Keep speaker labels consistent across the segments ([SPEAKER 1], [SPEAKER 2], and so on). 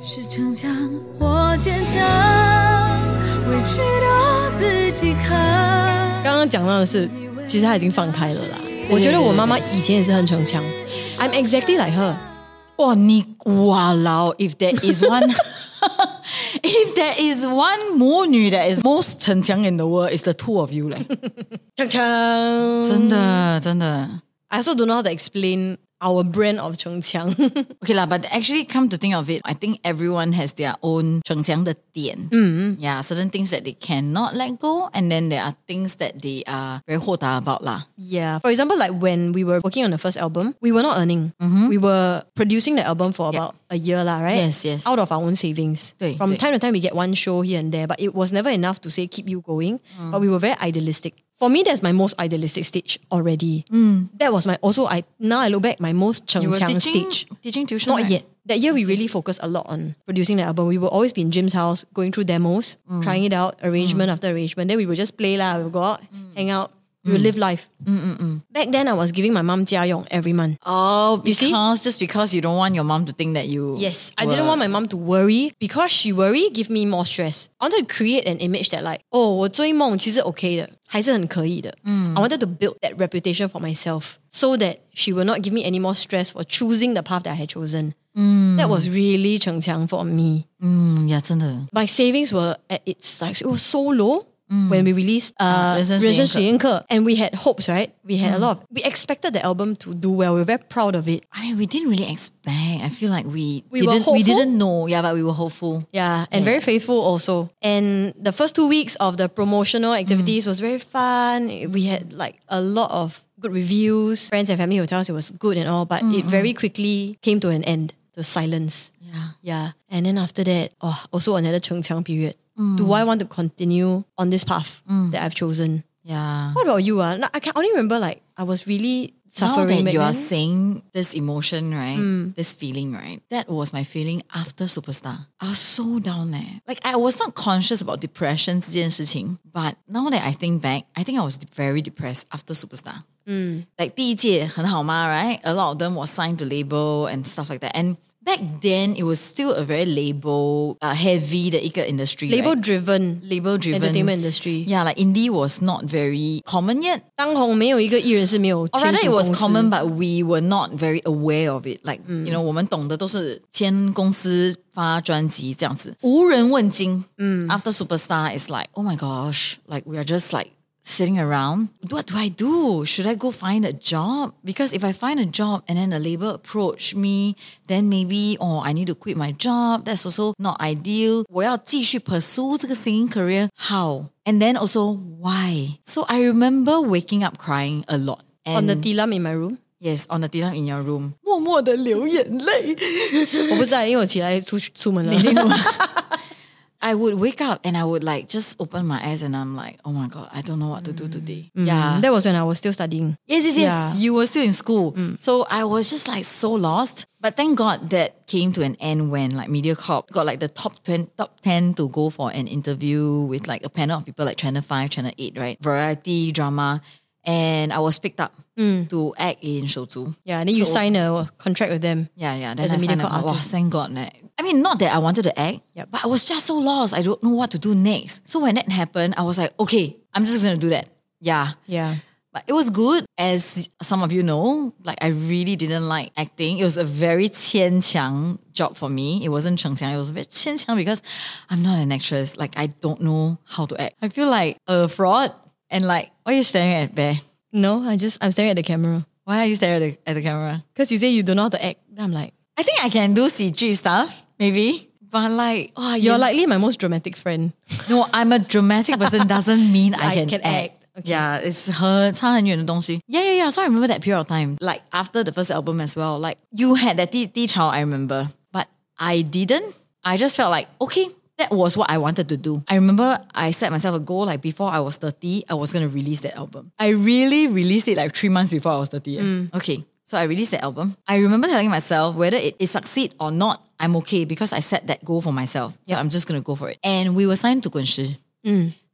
[SPEAKER 1] 是逞强，我坚强，委屈都自己扛。
[SPEAKER 2] 刚刚讲到的是，其实他已经放开了啦。我觉得我妈妈以前也是很逞强，I'm exactly like her。
[SPEAKER 3] 哇，你哇老，if there is one。If there is one 母女 that is most 逞强 in the world, it's the two of you 嘞！
[SPEAKER 2] 强强，
[SPEAKER 3] 真的，真的。
[SPEAKER 2] I also don't know how to explain our brand of 逞强。
[SPEAKER 3] Okay lah, but actually, come to think of it, I think everyone has their own 逞强的点。嗯，Yeah, certain things that they cannot let go, and then there are things that they are very 豁达 about 啦。
[SPEAKER 2] Yeah. For example, like when we were working on the first album, we were not earning. We were producing the album for about a year, lah, right?
[SPEAKER 3] Mm-hmm. Yes, yes.
[SPEAKER 2] Out of our own savings.
[SPEAKER 3] 对，
[SPEAKER 2] From
[SPEAKER 3] 对。
[SPEAKER 2] time to time, we get one show here and there, but it was never enough to say keep you going.
[SPEAKER 3] Mm.
[SPEAKER 2] But we were very idealistic. For me, that's my most idealistic stage already. That was my also. I now I look back, my most Cheng
[SPEAKER 3] Mm. You were
[SPEAKER 2] Chang
[SPEAKER 3] teaching-
[SPEAKER 2] stage.
[SPEAKER 3] teaching tuition,
[SPEAKER 2] Not yet.
[SPEAKER 3] right?
[SPEAKER 2] That year, we really focused a lot on producing the album. We would always be in Jim's house, going through demos,
[SPEAKER 3] Mm.
[SPEAKER 2] trying it out, arrangement after arrangement. Then we would just play lah. We would go out,
[SPEAKER 3] Mm.
[SPEAKER 2] hang out. We would live life. Back then, I was giving my mom 家用 every month.
[SPEAKER 3] Oh, you
[SPEAKER 2] see?
[SPEAKER 3] just because you don't want your mom to think that you.
[SPEAKER 2] Yes, I didn't want my mom to worry because she worry give me more stress. I wanted to create an image that like, oh, 我追梦其实 OK 的，还是很可以的。I
[SPEAKER 3] Mm.
[SPEAKER 2] wanted to build that reputation for myself so that she will not give me any more stress for choosing the path that I had chosen. That was really 逞强 for me.
[SPEAKER 3] Mm, yeah, 真的。
[SPEAKER 2] My savings were at its like it was so low. When we released Mm. uh, Mm.
[SPEAKER 3] 人生实
[SPEAKER 2] 人
[SPEAKER 3] 验课。
[SPEAKER 2] 生实验课 and we had hopes, right? We had a lot. Of, we expected the album to do well. We were very proud of it.
[SPEAKER 3] I mean, we didn't really expect. I feel like we
[SPEAKER 2] We were
[SPEAKER 3] didn't, we
[SPEAKER 2] hopeful.
[SPEAKER 3] didn't know. Yeah, but we were hopeful.
[SPEAKER 2] Yeah, and very faithful also. And the first two weeks of the promotional activities was very fun. We had like a lot of good reviews. Friends and family hotels, it was good and all, but it very quickly came to an end, to silence.
[SPEAKER 3] Yeah.
[SPEAKER 2] Yeah. And then after that, oh, also another Cheng Chang period. Do I want to continue on this path that I've chosen?
[SPEAKER 3] Yeah.
[SPEAKER 2] What about you? Uh? I can only remember like I was really
[SPEAKER 3] Now
[SPEAKER 2] suffering. back
[SPEAKER 3] that you are
[SPEAKER 2] then.
[SPEAKER 3] saying this emotion, right?
[SPEAKER 2] Mm.
[SPEAKER 3] This feeling, right? That was my feeling after Superstar. I was so down there. Like I was not conscious about depression 这件事情, but now that I think back, I think I was very depressed after Superstar.
[SPEAKER 2] Mm.
[SPEAKER 3] Like 第一届很好嘛, right? A lot of them was signed to label and stuff like that. And back then, it was still a very label uh, heavy 的一个 industry.
[SPEAKER 2] label
[SPEAKER 3] right?
[SPEAKER 2] driven
[SPEAKER 3] label driven
[SPEAKER 2] entertainment industry.
[SPEAKER 3] Yeah, like indie was not very common yet.
[SPEAKER 2] 当红没有一个艺人是没有
[SPEAKER 3] Or Oh, rather,
[SPEAKER 2] 签
[SPEAKER 3] it
[SPEAKER 2] 什么公司。
[SPEAKER 3] was common, but we were not very aware of it. Like, you know, 我们懂的都是签公司发专辑这样子，无人问津。After Superstar, it's like, oh my gosh, like we are just like sitting around. What do I do? Should I go find a job? Because if I find a job and then a label approach me, then maybe oh I need to quit my job. That's also not ideal. 我要继续 pursue 这个 singing career. How? And then also why? So I remember waking up crying a lot. And
[SPEAKER 2] on the dilam in my room.
[SPEAKER 3] Yes, on the divan in your room，默默的流眼泪。
[SPEAKER 2] 我不知道，因为我起来出出门了。
[SPEAKER 3] I would wake up and I would like just open my eyes and I'm like, oh my god, I don't know what to do today. Yeah,
[SPEAKER 2] That was when I was still studying.
[SPEAKER 3] yes, yes, yes.
[SPEAKER 2] Yeah.
[SPEAKER 3] You were still in school, so I was just like so lost. But thank God that came to an end when like MediaCorp got like the top ten, top ten to go for an interview with like a panel of people like Channel Five, Channel Eight, right? Variety drama, and I was picked up to act in Shouzu.
[SPEAKER 2] Yeah, and then you
[SPEAKER 3] So-
[SPEAKER 2] sign a contract with them.
[SPEAKER 3] Yeah, yeah. Then
[SPEAKER 2] As a
[SPEAKER 3] I signed
[SPEAKER 2] mediacorp
[SPEAKER 3] up for-
[SPEAKER 2] artist.
[SPEAKER 3] Wow, thank God. man. I mean, not that I wanted to act,
[SPEAKER 2] Yep.
[SPEAKER 3] but I was just so lost. I don't know what to do next. So when that happened, I was like, okay, I'm just going to do that. Yeah.
[SPEAKER 2] Yeah.
[SPEAKER 3] But it was good. As some of you know, like I really didn't like acting. It was a very 牵强 job for me. It wasn't 逞强. It was very 牵强 because I'm not an actress. Like I don't know how to act. I feel like a fraud. And like, why are you staring at Bear?
[SPEAKER 2] No, I just I'm staring at the camera
[SPEAKER 3] Why are you staring at the, at the camera?
[SPEAKER 2] because you say you don't know how to act. Then I'm like,
[SPEAKER 3] I think I can do CG stuff, maybe. But like, oh,
[SPEAKER 2] you're
[SPEAKER 3] you-
[SPEAKER 2] likely my most dramatic friend.
[SPEAKER 3] no, I'm a dramatic person doesn't mean I,
[SPEAKER 2] I
[SPEAKER 3] can,
[SPEAKER 2] can
[SPEAKER 3] act.
[SPEAKER 2] act. Okay.
[SPEAKER 3] Yeah, it's 很差很远的东西. Yeah, yeah, yeah. So I remember that period of time, like after the first album as well. Like you had that D child, I remember, but I didn't. I just felt like okay, that was what I wanted to do. I remember I set myself a goal like before I was thirty, I was gonna release that album. I really released it like three months before I was thirty. eh. Okay, so I released that album. I remember telling myself whether it, it succeed or not, I'm okay because I set that goal for myself. So I'm just gonna go for it. And we were signed to Guanxi.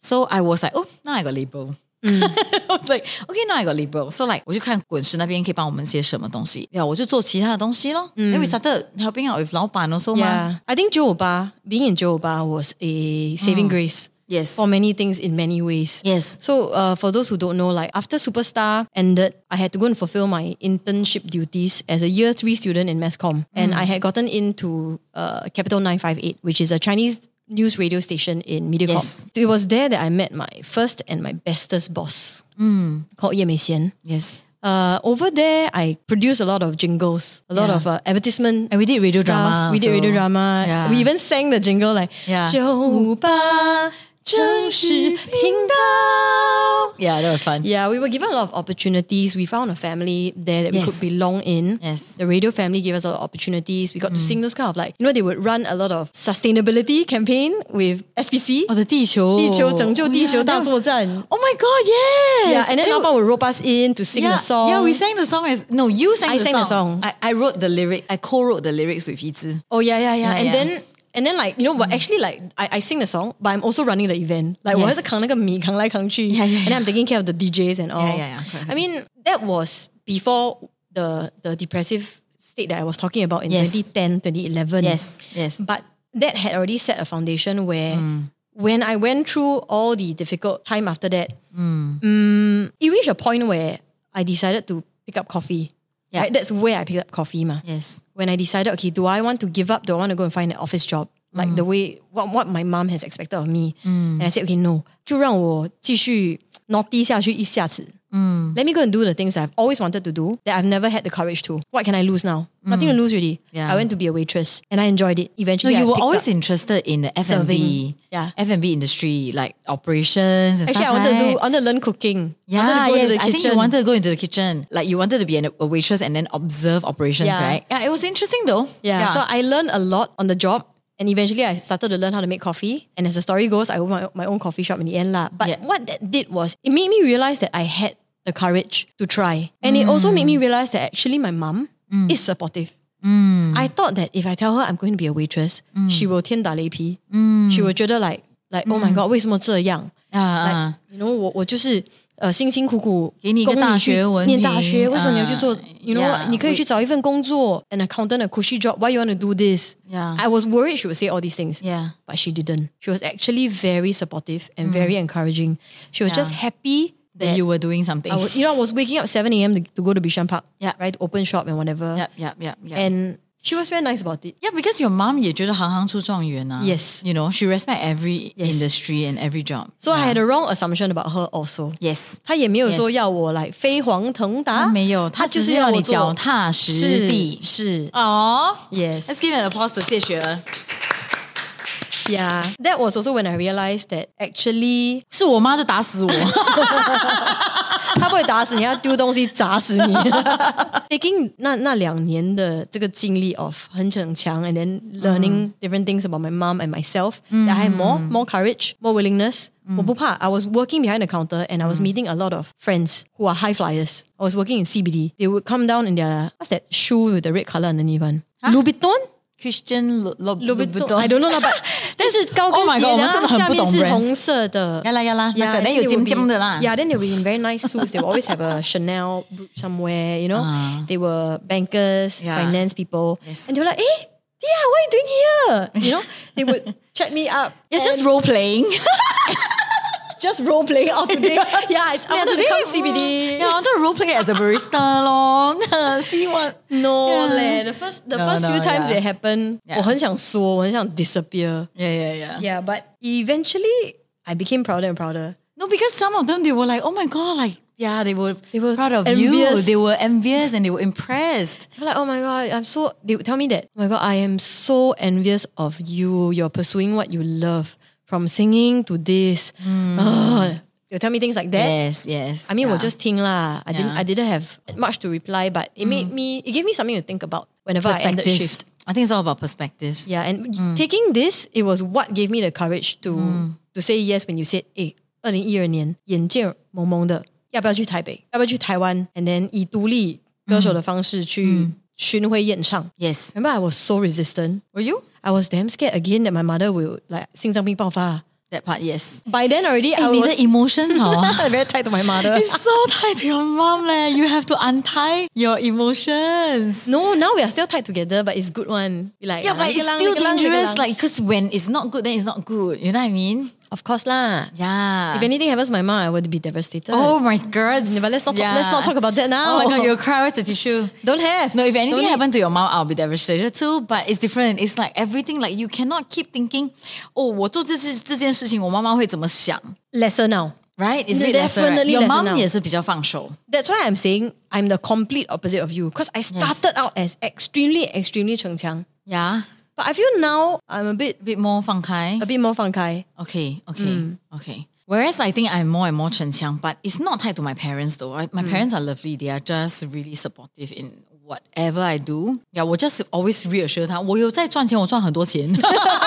[SPEAKER 3] So I was like, oh, now I got label. I was like, okay, now I got liberal. So like, 我就看滚石那边可以帮我们些什么东西，然后我就做其他的东西咯。嗯、we started helping out with 老板 also 嘛。
[SPEAKER 2] Yeah, I think 958, being in 958 was a saving grace
[SPEAKER 3] Mm. Yes.
[SPEAKER 2] for many things in many ways.
[SPEAKER 3] Yes.
[SPEAKER 2] So uh, for those who don't know, like after Superstar ended, I had to go and fulfill my internship duties as a year three student in Mass Comm. And
[SPEAKER 3] Mm.
[SPEAKER 2] I had gotten into uh, Capital 958, which is a Chinese news radio station in Mediacorp.
[SPEAKER 3] Yes.
[SPEAKER 2] It was there that I met my first and my bestest boss
[SPEAKER 3] Mm.
[SPEAKER 2] called Ye Mei Xian.
[SPEAKER 3] Yes.
[SPEAKER 2] Uh, over there, I produced a lot of jingles, a lot
[SPEAKER 3] Yeah.
[SPEAKER 2] of uh, advertisement,
[SPEAKER 3] And we did radio
[SPEAKER 2] stuff.
[SPEAKER 3] drama
[SPEAKER 2] We did
[SPEAKER 3] also.
[SPEAKER 2] radio drama.
[SPEAKER 3] Yeah.
[SPEAKER 2] We even sang the jingle like
[SPEAKER 3] Yeah.
[SPEAKER 2] 958正式频道。
[SPEAKER 3] Yeah, that was fun.
[SPEAKER 2] Yeah, we were given a lot of opportunities. We found a family there that we
[SPEAKER 3] Yes.
[SPEAKER 2] could belong in.
[SPEAKER 3] Yes. Mm.
[SPEAKER 2] The radio family gave us a lot of opportunities. We got to sing those kind of like, you know, they would run a lot of sustainability campaign with SPC.
[SPEAKER 3] Oh. 我的地球，
[SPEAKER 2] 地球拯救地球大作战。
[SPEAKER 3] Oh my god, yes!
[SPEAKER 2] Yeah, and then
[SPEAKER 3] That-
[SPEAKER 2] Papa would rope us in to sing
[SPEAKER 3] yeah,
[SPEAKER 2] the song.
[SPEAKER 3] Yeah, we sang the song as no, you sang.
[SPEAKER 2] I
[SPEAKER 3] the
[SPEAKER 2] sang
[SPEAKER 3] song.
[SPEAKER 2] the song.
[SPEAKER 3] I, I wrote the lyric. I co-wrote the lyrics with Yizi.
[SPEAKER 2] Oh yeah, yeah, yeah.
[SPEAKER 3] Yeah,
[SPEAKER 2] and
[SPEAKER 3] yeah.
[SPEAKER 2] then and then like you know, but actually like I, I sing the song, but I'm also running the event. Like
[SPEAKER 3] Yes.
[SPEAKER 2] 我还是扛那个米扛来扛去
[SPEAKER 3] Yeah, yeah,
[SPEAKER 2] and then I'm taking care of the DJs and all.
[SPEAKER 3] Yeah, yeah, yeah. Correct,
[SPEAKER 2] I mean, that was before the the depressive state that I was talking about in
[SPEAKER 3] Yes.
[SPEAKER 2] 2010, 2011.
[SPEAKER 3] Yes, yes. Mm.
[SPEAKER 2] But that had already set a foundation where when I went through all the difficult time after that, mm, it reached a point where I decided to pick up coffee.
[SPEAKER 3] Yeah.
[SPEAKER 2] Right? That's where I picked up coffee, ma
[SPEAKER 3] Yes.
[SPEAKER 2] when I decided, okay, do I want to give up? Do I want to go and find an office job? Like
[SPEAKER 3] Mm.
[SPEAKER 2] the way what what my mom has expected of me. And I said, okay, no. 就让我继续 naughty 下去一下子。Let
[SPEAKER 3] Mm.
[SPEAKER 2] me go and do the things I've always wanted to do that I've never had the courage to. What can I lose now? Nothing to lose really.
[SPEAKER 3] Mm.
[SPEAKER 2] I
[SPEAKER 3] Yeah.
[SPEAKER 2] went to be a waitress and I enjoyed it.
[SPEAKER 3] No,
[SPEAKER 2] Eventually, I
[SPEAKER 3] you were
[SPEAKER 2] picked
[SPEAKER 3] always
[SPEAKER 2] up-
[SPEAKER 3] interested in the F and B,
[SPEAKER 2] Serving. Yeah.
[SPEAKER 3] F and B industry, like operations and
[SPEAKER 2] Actually, I
[SPEAKER 3] stuff.
[SPEAKER 2] wanted to do,
[SPEAKER 3] right?
[SPEAKER 2] I wanted to learn cooking. I wanted
[SPEAKER 3] Yeah,
[SPEAKER 2] to go
[SPEAKER 3] yes.
[SPEAKER 2] to the
[SPEAKER 3] I
[SPEAKER 2] kitchen.
[SPEAKER 3] think you wanted to go into the kitchen. Like you wanted to be an, a waitress and then observe operations,
[SPEAKER 2] Yeah.
[SPEAKER 3] right? Yeah, it was interesting though.
[SPEAKER 2] Yeah. So I learned a lot on the job. And eventually I started to learn how to make coffee. And as the story goes, I opened my, my own coffee shop in the end. lah. But
[SPEAKER 3] Yeah.
[SPEAKER 2] what that did was it made me realize that I had the courage to try. And it also made me realize that actually my mom is supportive. I thought that if I tell her I'm going to be a waitress, she will 天打雷劈. She will 觉得 like, like, oh my god, 为什么这样?
[SPEAKER 3] uh,
[SPEAKER 2] Like,
[SPEAKER 3] 啊，
[SPEAKER 2] you know, 我我就是呃辛辛苦苦
[SPEAKER 3] 给你一个
[SPEAKER 2] 供去
[SPEAKER 3] 大学文凭，
[SPEAKER 2] 念大学，为什么你要去做、
[SPEAKER 3] 啊
[SPEAKER 2] y o u know，、
[SPEAKER 3] yeah，
[SPEAKER 2] 你可以去找一份工作，an accountant a cushy job. Why you want to do this?
[SPEAKER 3] Yeah.
[SPEAKER 2] I was worried she would say all these things.
[SPEAKER 3] Yeah.
[SPEAKER 2] But she didn't. She was actually very supportive and very encouraging. She was just happy
[SPEAKER 3] Mm. that
[SPEAKER 2] that
[SPEAKER 3] you were doing something.
[SPEAKER 2] I was, you know, I was waking up 7 a.m. To, to go to Bishan Park,
[SPEAKER 3] Yeah.
[SPEAKER 2] right? To open shop and whatever.
[SPEAKER 3] Yep, yep, yep, yep.
[SPEAKER 2] And she was very nice about it.
[SPEAKER 3] Yeah, because your mom 也觉得行行出状元啊。
[SPEAKER 2] Yes.
[SPEAKER 3] You know, she respect every
[SPEAKER 2] Yes.
[SPEAKER 3] industry and every job.
[SPEAKER 2] So I had a wrong assumption about her also.
[SPEAKER 3] Yes.
[SPEAKER 2] 她也没有说
[SPEAKER 3] Yes.
[SPEAKER 2] 要我来飞黄腾达，
[SPEAKER 3] 没有，
[SPEAKER 2] 她就
[SPEAKER 3] 只是
[SPEAKER 2] 我
[SPEAKER 3] 你
[SPEAKER 2] 做
[SPEAKER 3] 脚踏实地。
[SPEAKER 2] 是是
[SPEAKER 3] Aww.
[SPEAKER 2] Yes.
[SPEAKER 3] Let's give an applause to 谢雪儿。
[SPEAKER 2] Yeah, that was also when I realized that actually
[SPEAKER 3] 是我妈就打死我。
[SPEAKER 2] 他不会打死你，他丢东西砸死你。Taking 那那两年的这个经历 of 很逞强 and then learning different things about my mom and myself, that I had more more courage, more willingness. 我不怕. I was working behind the counter and I was meeting a lot of friends who are high flyers. I was working in CBD. They would come down in their what's that shoe with the red color underneath one? Louboutin.
[SPEAKER 3] Christian Lo- Lo- Louboutin.
[SPEAKER 2] I don't know lah, but
[SPEAKER 3] Oh my
[SPEAKER 2] 但是高跟鞋
[SPEAKER 3] god，
[SPEAKER 2] 然后
[SPEAKER 3] 我们真的很不懂
[SPEAKER 2] 下面是
[SPEAKER 3] brands。
[SPEAKER 2] 红色的。
[SPEAKER 3] 呀啦呀啦，
[SPEAKER 2] Yeah,
[SPEAKER 3] 那个，
[SPEAKER 2] and
[SPEAKER 3] then
[SPEAKER 2] they would be-
[SPEAKER 3] 有尖尖的啦。
[SPEAKER 2] Yeah, then they were in very nice suits. They will always have a Chanel brooch somewhere, you know. They were bankers,
[SPEAKER 3] Yeah.
[SPEAKER 2] finance people.
[SPEAKER 3] Yes.
[SPEAKER 2] And they were like, hey, yeah, what are you doing here? You know, they would chat me up.
[SPEAKER 3] It's just
[SPEAKER 2] and
[SPEAKER 3] role playing.
[SPEAKER 2] just role playing all today. yeah, I, I wanted to come CBD.
[SPEAKER 3] Yeah, I wanted to role play as a barista lor. See what?
[SPEAKER 2] No,
[SPEAKER 3] Yeah.
[SPEAKER 2] leh, the first the
[SPEAKER 3] No,
[SPEAKER 2] first
[SPEAKER 3] no,
[SPEAKER 2] few times
[SPEAKER 3] yeah.
[SPEAKER 2] it happened,
[SPEAKER 3] Yeah.
[SPEAKER 2] 我很想说，我很想 disappear.
[SPEAKER 3] Yeah, yeah, yeah.
[SPEAKER 2] Yeah, but eventually I became prouder and prouder.
[SPEAKER 3] No, because some of them they were like, oh my god, like yeah, they were
[SPEAKER 2] They
[SPEAKER 3] they
[SPEAKER 2] were
[SPEAKER 3] were proud of you.
[SPEAKER 2] envious.
[SPEAKER 3] They were envious and they were impressed.
[SPEAKER 2] They're like, oh my god, I'm so. They would tell me that. Oh my god, I am so envious of you. You're pursuing what you love, from singing to this. Ah, they'll tell me things like that.
[SPEAKER 3] Hmm. Yes, yes.
[SPEAKER 2] I mean,
[SPEAKER 3] yeah.
[SPEAKER 2] we'll just think lah. I didn't.
[SPEAKER 3] Yeah. Hmm.
[SPEAKER 2] I didn't have much to reply, but it made me. It gave me something to think about whenever I ended
[SPEAKER 3] perspectives. Hmm.
[SPEAKER 2] shift.
[SPEAKER 3] I think it's all about perspectives.
[SPEAKER 2] Yeah, and taking this, it was what gave me the courage to
[SPEAKER 3] Hmm.
[SPEAKER 2] to say yes when you said, "Eh, "Hey, 2012年眼见蒙蒙的，要不要去台北？要不要去台湾？And then 以独立歌手的方式去巡回演唱。
[SPEAKER 3] Yes.
[SPEAKER 2] Remember, I was so resistant.
[SPEAKER 3] Were you?
[SPEAKER 2] I was damn scared again that my mother will like 心脏病爆发
[SPEAKER 3] That part, yes.
[SPEAKER 2] By then already, I
[SPEAKER 3] I need
[SPEAKER 2] was
[SPEAKER 3] the emotions, hor.
[SPEAKER 2] very tied to my mother.
[SPEAKER 3] It's so tied to your mom, leh. You have to untie your emotions.
[SPEAKER 2] No, now we are still tied together, but it's good one. We Like,
[SPEAKER 3] Yeah,
[SPEAKER 2] ah,
[SPEAKER 3] but it's
[SPEAKER 2] gelang,
[SPEAKER 3] still
[SPEAKER 2] gelang,
[SPEAKER 3] dangerous.
[SPEAKER 2] gelang.
[SPEAKER 3] Like, because when it's not good, then it's not good. You know what I mean?
[SPEAKER 2] of course lah.
[SPEAKER 3] Yeah.
[SPEAKER 2] If anything happens to my mom, I would be devastated.
[SPEAKER 3] oh my god.
[SPEAKER 2] but let's not talk- let's not talk about that now.
[SPEAKER 3] Oh my god, you'll cry. Where's the tissue?
[SPEAKER 2] don't have.
[SPEAKER 3] No, if
[SPEAKER 2] Don't
[SPEAKER 3] anything
[SPEAKER 2] need-
[SPEAKER 3] happened to your mom, I'll be devastated too. But it's different. It's like everything. Like you cannot keep thinking, oh, 我做这这这件事情，我妈妈会怎么想
[SPEAKER 2] lesser now.
[SPEAKER 3] ？Right? It's a bit lesser, right?
[SPEAKER 2] Definitely
[SPEAKER 3] Your
[SPEAKER 2] lesser
[SPEAKER 3] mom
[SPEAKER 2] now.
[SPEAKER 3] 也是比较放手。
[SPEAKER 2] That's why I'm saying I'm the complete opposite of you because I started out as extremely, extremely 逞强.
[SPEAKER 3] Yeah,
[SPEAKER 2] But I feel now I'm a bit,
[SPEAKER 3] a bit more 放开。
[SPEAKER 2] a bit more 放开.
[SPEAKER 3] Okay, okay, okay. Whereas I think I'm more and more 逞强, but it's not tied to my parents though. I, my parents are lovely. They are just really supportive in whatever I do. Yeah, 我 just always reassure 他，我有在赚钱，我赚很多钱。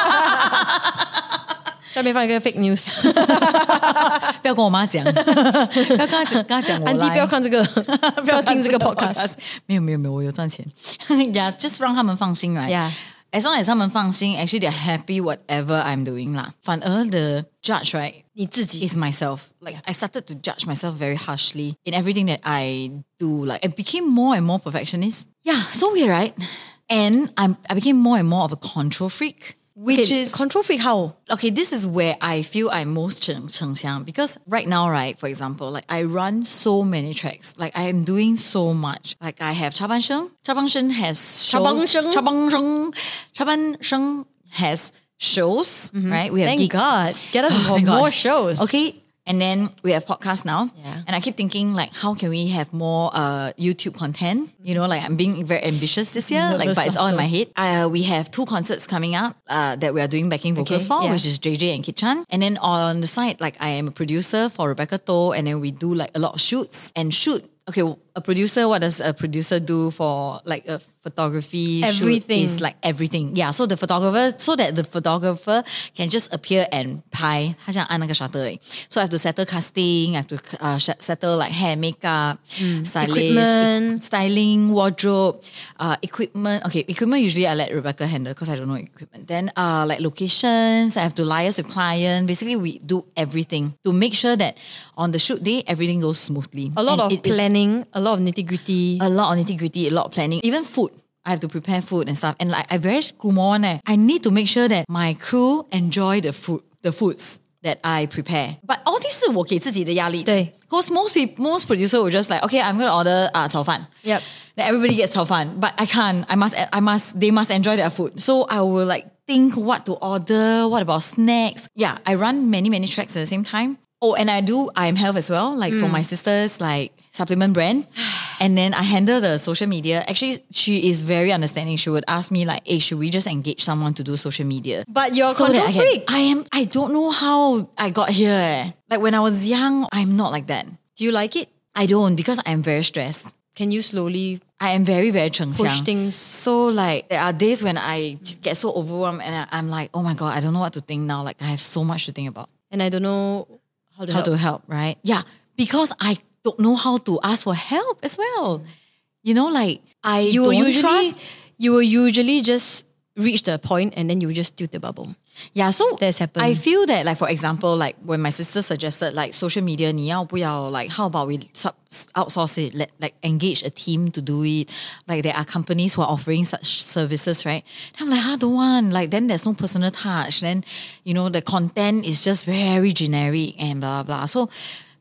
[SPEAKER 2] 下面放一个 fake news.
[SPEAKER 3] 不要跟我妈讲， 不要跟她讲，跟她讲我
[SPEAKER 2] Auntie
[SPEAKER 3] 来。
[SPEAKER 2] 不要看这个， 不要听这个 podcast.
[SPEAKER 3] 没有没有没有，我有赚钱。yeah, just 让他们放心 right?
[SPEAKER 2] Yeah.
[SPEAKER 3] As long as 他们放心 actually they're happy whatever I'm doing 啦。反而 the judge right
[SPEAKER 2] 你自己。
[SPEAKER 3] is myself. Like I started to judge myself very harshly in everything that I do. Like I became more and more perfectionist. Yeah, so weird, right? And I'm I became more and more of a control freak, which
[SPEAKER 2] Okay,
[SPEAKER 3] is
[SPEAKER 2] control freak how?
[SPEAKER 3] okay, this is where I feel I'm most cheng cheng because right now, right, for example, like I run so many tracks. Like I am doing so much. Like I have Chaban Sheng. Chaban Sheng has shows.
[SPEAKER 2] 茶班生.
[SPEAKER 3] Chaban Sheng. Chaban Sheng has shows, right? We have
[SPEAKER 2] Thank
[SPEAKER 3] gigs.
[SPEAKER 2] God. Get us more,
[SPEAKER 3] Thank Oh God.
[SPEAKER 2] more shows.
[SPEAKER 3] Okay. And then we have podcasts now.
[SPEAKER 2] Yeah.
[SPEAKER 3] And I keep thinking like how can we have more uh, YouTube content? You know, like I'm being very ambitious this year. like
[SPEAKER 2] Nervous
[SPEAKER 3] but it's all in my
[SPEAKER 2] laughter.
[SPEAKER 3] head. Uh, we have two concerts coming up uh, that we are doing backing
[SPEAKER 2] Okay,
[SPEAKER 3] vocals for,
[SPEAKER 2] yeah.
[SPEAKER 3] which is JJ and Kit Chan. And then on the side, like I am a producer for Rebecca Toh, and then we do like a lot of shoots and shoot. Okay, a producer, what does a producer do for like a photography
[SPEAKER 2] Everything.
[SPEAKER 3] shoot? Is like everything. Yeah, so the photographer, so that the photographer can just appear and 拍，他想按那个 shutter 而已。So I have to settle casting, I have to uh, sh- settle like hair, makeup,
[SPEAKER 2] Hmm.
[SPEAKER 3] stylist,
[SPEAKER 2] Equipment.
[SPEAKER 3] styling, wardrobe, uh, equipment. Okay, equipment usually I let Rebecca handle because I don't know equipment. Then uh, like locations, I have to liaise with client. Basically, we do everything to make sure that on the shoot day everything goes smoothly.
[SPEAKER 2] A lot
[SPEAKER 3] And
[SPEAKER 2] of
[SPEAKER 3] it is
[SPEAKER 2] planning, a lot of nitty gritty.
[SPEAKER 3] a lot of nitty gritty, a lot of planning, even food. I have to prepare food and stuff. And like I very kumon eh. I need to make sure that my crew enjoy the food, the foods that I prepare. But all this 是我给自己的压力。
[SPEAKER 2] 对。
[SPEAKER 3] Because most peop- most producer will just like, okay, I'm gonna order uh, 炒饭.
[SPEAKER 2] Yep.
[SPEAKER 3] Then everybody gets 炒饭, but I can't. I must. I must. They must enjoy their food. So I will like think what to order. What about snacks? Yeah, I run many many tracks at the same time. Oh, and I do. I'm health as well. Like
[SPEAKER 2] Mm.
[SPEAKER 3] for my sisters, like supplement brand, and then I handle the social media. Actually, she is very understanding. She would ask me like, "Hey, should we just engage someone to do social media?"
[SPEAKER 2] But you're a
[SPEAKER 3] So that
[SPEAKER 2] control
[SPEAKER 3] I can-
[SPEAKER 2] freak.
[SPEAKER 3] I am. I don't know how I got here. eh. Like when I was young, I'm not like that.
[SPEAKER 2] Do you like it?
[SPEAKER 3] I don't because I'm very stressed.
[SPEAKER 2] Can you slowly
[SPEAKER 3] I am very, very cheng
[SPEAKER 2] push things?
[SPEAKER 3] So like there are days when I j- get so overwhelmed and I, I'm like, oh my god, I don't know what to think now. Like I have so much to think about.
[SPEAKER 2] And I don't know how to
[SPEAKER 3] How
[SPEAKER 2] help.
[SPEAKER 3] to help, right? Yeah, because I don't know how to ask for help as well. You know, like I
[SPEAKER 2] you will
[SPEAKER 3] don't
[SPEAKER 2] usually
[SPEAKER 3] trust.
[SPEAKER 2] you will usually just reach the point and then you will just tilt the bubble.
[SPEAKER 3] Yeah, so
[SPEAKER 2] That's happened.
[SPEAKER 3] I feel that, like for example, like when my sister suggested, like social media, 你要不要 like how about we sub outsource it, let, like engage a team to do it. Like there are companies who are offering such services, right? And I'm like, I don't want. Like then there's no personal touch. Then you know the content is just very generic and blah blah. blah. So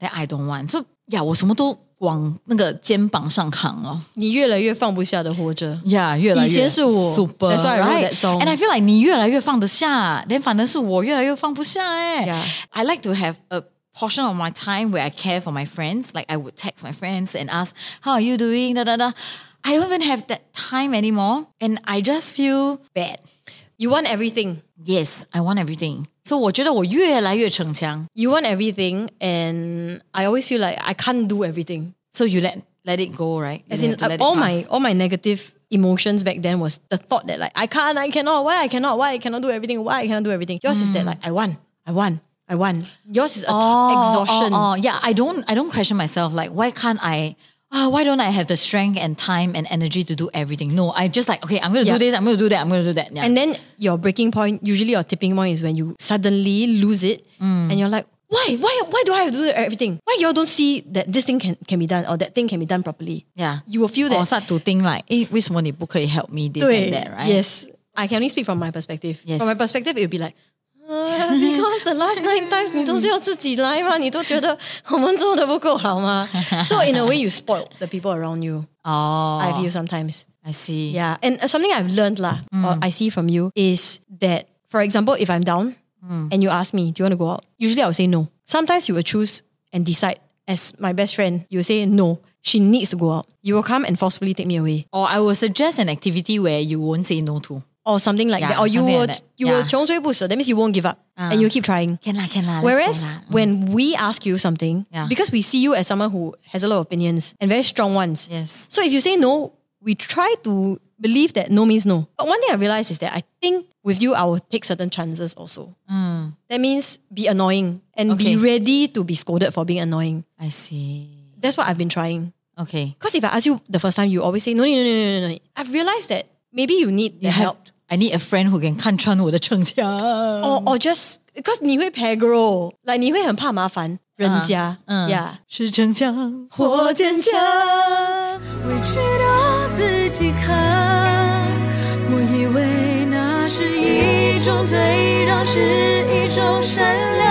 [SPEAKER 3] that I don't want. So yeah, 我什么都往那个肩膀上扛了。
[SPEAKER 2] 你越来越放不下的活着。
[SPEAKER 3] Yeah，越来越
[SPEAKER 2] 以前是我
[SPEAKER 3] super
[SPEAKER 2] that's why I wrote
[SPEAKER 3] right.
[SPEAKER 2] that song.
[SPEAKER 3] And I feel like 你越来越放得下，then 反而是我越来越放不下哎。
[SPEAKER 2] Yeah.
[SPEAKER 3] I like to have a portion of my time where I care for my friends. Like I would text my friends and ask, "How are you doing?" Da da da. I don't even have that time anymore, and I just feel bad.
[SPEAKER 2] You want everything.
[SPEAKER 3] Yes, I want everything. So 我觉得我越来越逞强。
[SPEAKER 2] You want everything and I always feel like I can't do everything.
[SPEAKER 3] So you let let it go, right? You
[SPEAKER 2] As
[SPEAKER 3] have
[SPEAKER 2] in uh,
[SPEAKER 3] to let it
[SPEAKER 2] all
[SPEAKER 3] pass.
[SPEAKER 2] my all my negative emotions back then was the thought that like I can't, I cannot, why I cannot, why I cannot do everything, why I cannot do everything. Yours is that like I want, I want, I want. Yours is a
[SPEAKER 3] Mm. Oh,
[SPEAKER 2] exhaustion.
[SPEAKER 3] Oh, oh, yeah, I don't I don't question myself like why can't I ah, why don't I have the strength and time and energy to do everything? No, I just like, okay, I'm going to
[SPEAKER 2] Yeah.
[SPEAKER 3] do this, I'm going to do that, I'm going to do that. Yeah.
[SPEAKER 2] And then your breaking point, usually your tipping point is when you suddenly lose it
[SPEAKER 3] Mm.
[SPEAKER 2] and you're like, why? Why why do I have to do everything? Why y'all don't see that this thing can, can be done or that thing can be done properly?
[SPEAKER 3] yeah.
[SPEAKER 2] You will feel that
[SPEAKER 3] or start to think like, eh, 为什么你不可以 help me this
[SPEAKER 2] 对
[SPEAKER 3] and that, right?
[SPEAKER 2] Yes. I can only speak from my perspective.
[SPEAKER 3] Yes.
[SPEAKER 2] From my perspective, it would be like, uh, because the last nine times 你都是要自己来嘛，你都觉得我们做的不够好吗？So in a way, you spoil the people around you.
[SPEAKER 3] Oh,
[SPEAKER 2] I feel sometimes.
[SPEAKER 3] I see.
[SPEAKER 2] Yeah, and uh, something I've learned lah,
[SPEAKER 3] Mm.
[SPEAKER 2] or I see from you is that, for example, if I'm down
[SPEAKER 3] Mm.
[SPEAKER 2] and you ask me, "Do you want to go out?" Usually, I'll say no. Sometimes you will choose and decide. As my best friend, you will say no. She needs to go out. You will come and forcefully take me away,
[SPEAKER 3] Or I will suggest an activity where you won't say no to.
[SPEAKER 2] or something like
[SPEAKER 3] Yeah,
[SPEAKER 2] that. Or you
[SPEAKER 3] something
[SPEAKER 2] will
[SPEAKER 3] like that.
[SPEAKER 2] you will
[SPEAKER 3] Yeah. Ah.
[SPEAKER 2] 穷追不舍. That means you won't give up and you keep trying.
[SPEAKER 3] Can lah, can lah. let's
[SPEAKER 2] Whereas
[SPEAKER 3] go lah.
[SPEAKER 2] when we ask you something,
[SPEAKER 3] Mm. Yeah.
[SPEAKER 2] because we see you as someone who has a lot of opinions and very strong ones.
[SPEAKER 3] Yes.
[SPEAKER 2] So if you say no, we try to believe that no means no. But one thing I realized is that I think with you, I will take certain chances also. That means be annoying and
[SPEAKER 3] Mm. Okay.
[SPEAKER 2] be ready to be scolded for being annoying.
[SPEAKER 3] I see.
[SPEAKER 2] That's what I've been trying.
[SPEAKER 3] Okay.
[SPEAKER 2] Because if I ask you the first time, you always say no, no, no, no, no, no. I've realized that maybe you need the
[SPEAKER 3] You have-
[SPEAKER 2] help.
[SPEAKER 3] I need a friend who can 看穿我的逞强。
[SPEAKER 2] Or, or 哦 just because 你会 pegro, like 你会很怕麻烦人家.
[SPEAKER 3] Uh, 嗯
[SPEAKER 2] yeah.
[SPEAKER 3] 是逞强。
[SPEAKER 2] 我坚强，
[SPEAKER 1] 委屈到自己扛。我以为那是一种退让，是一种善良。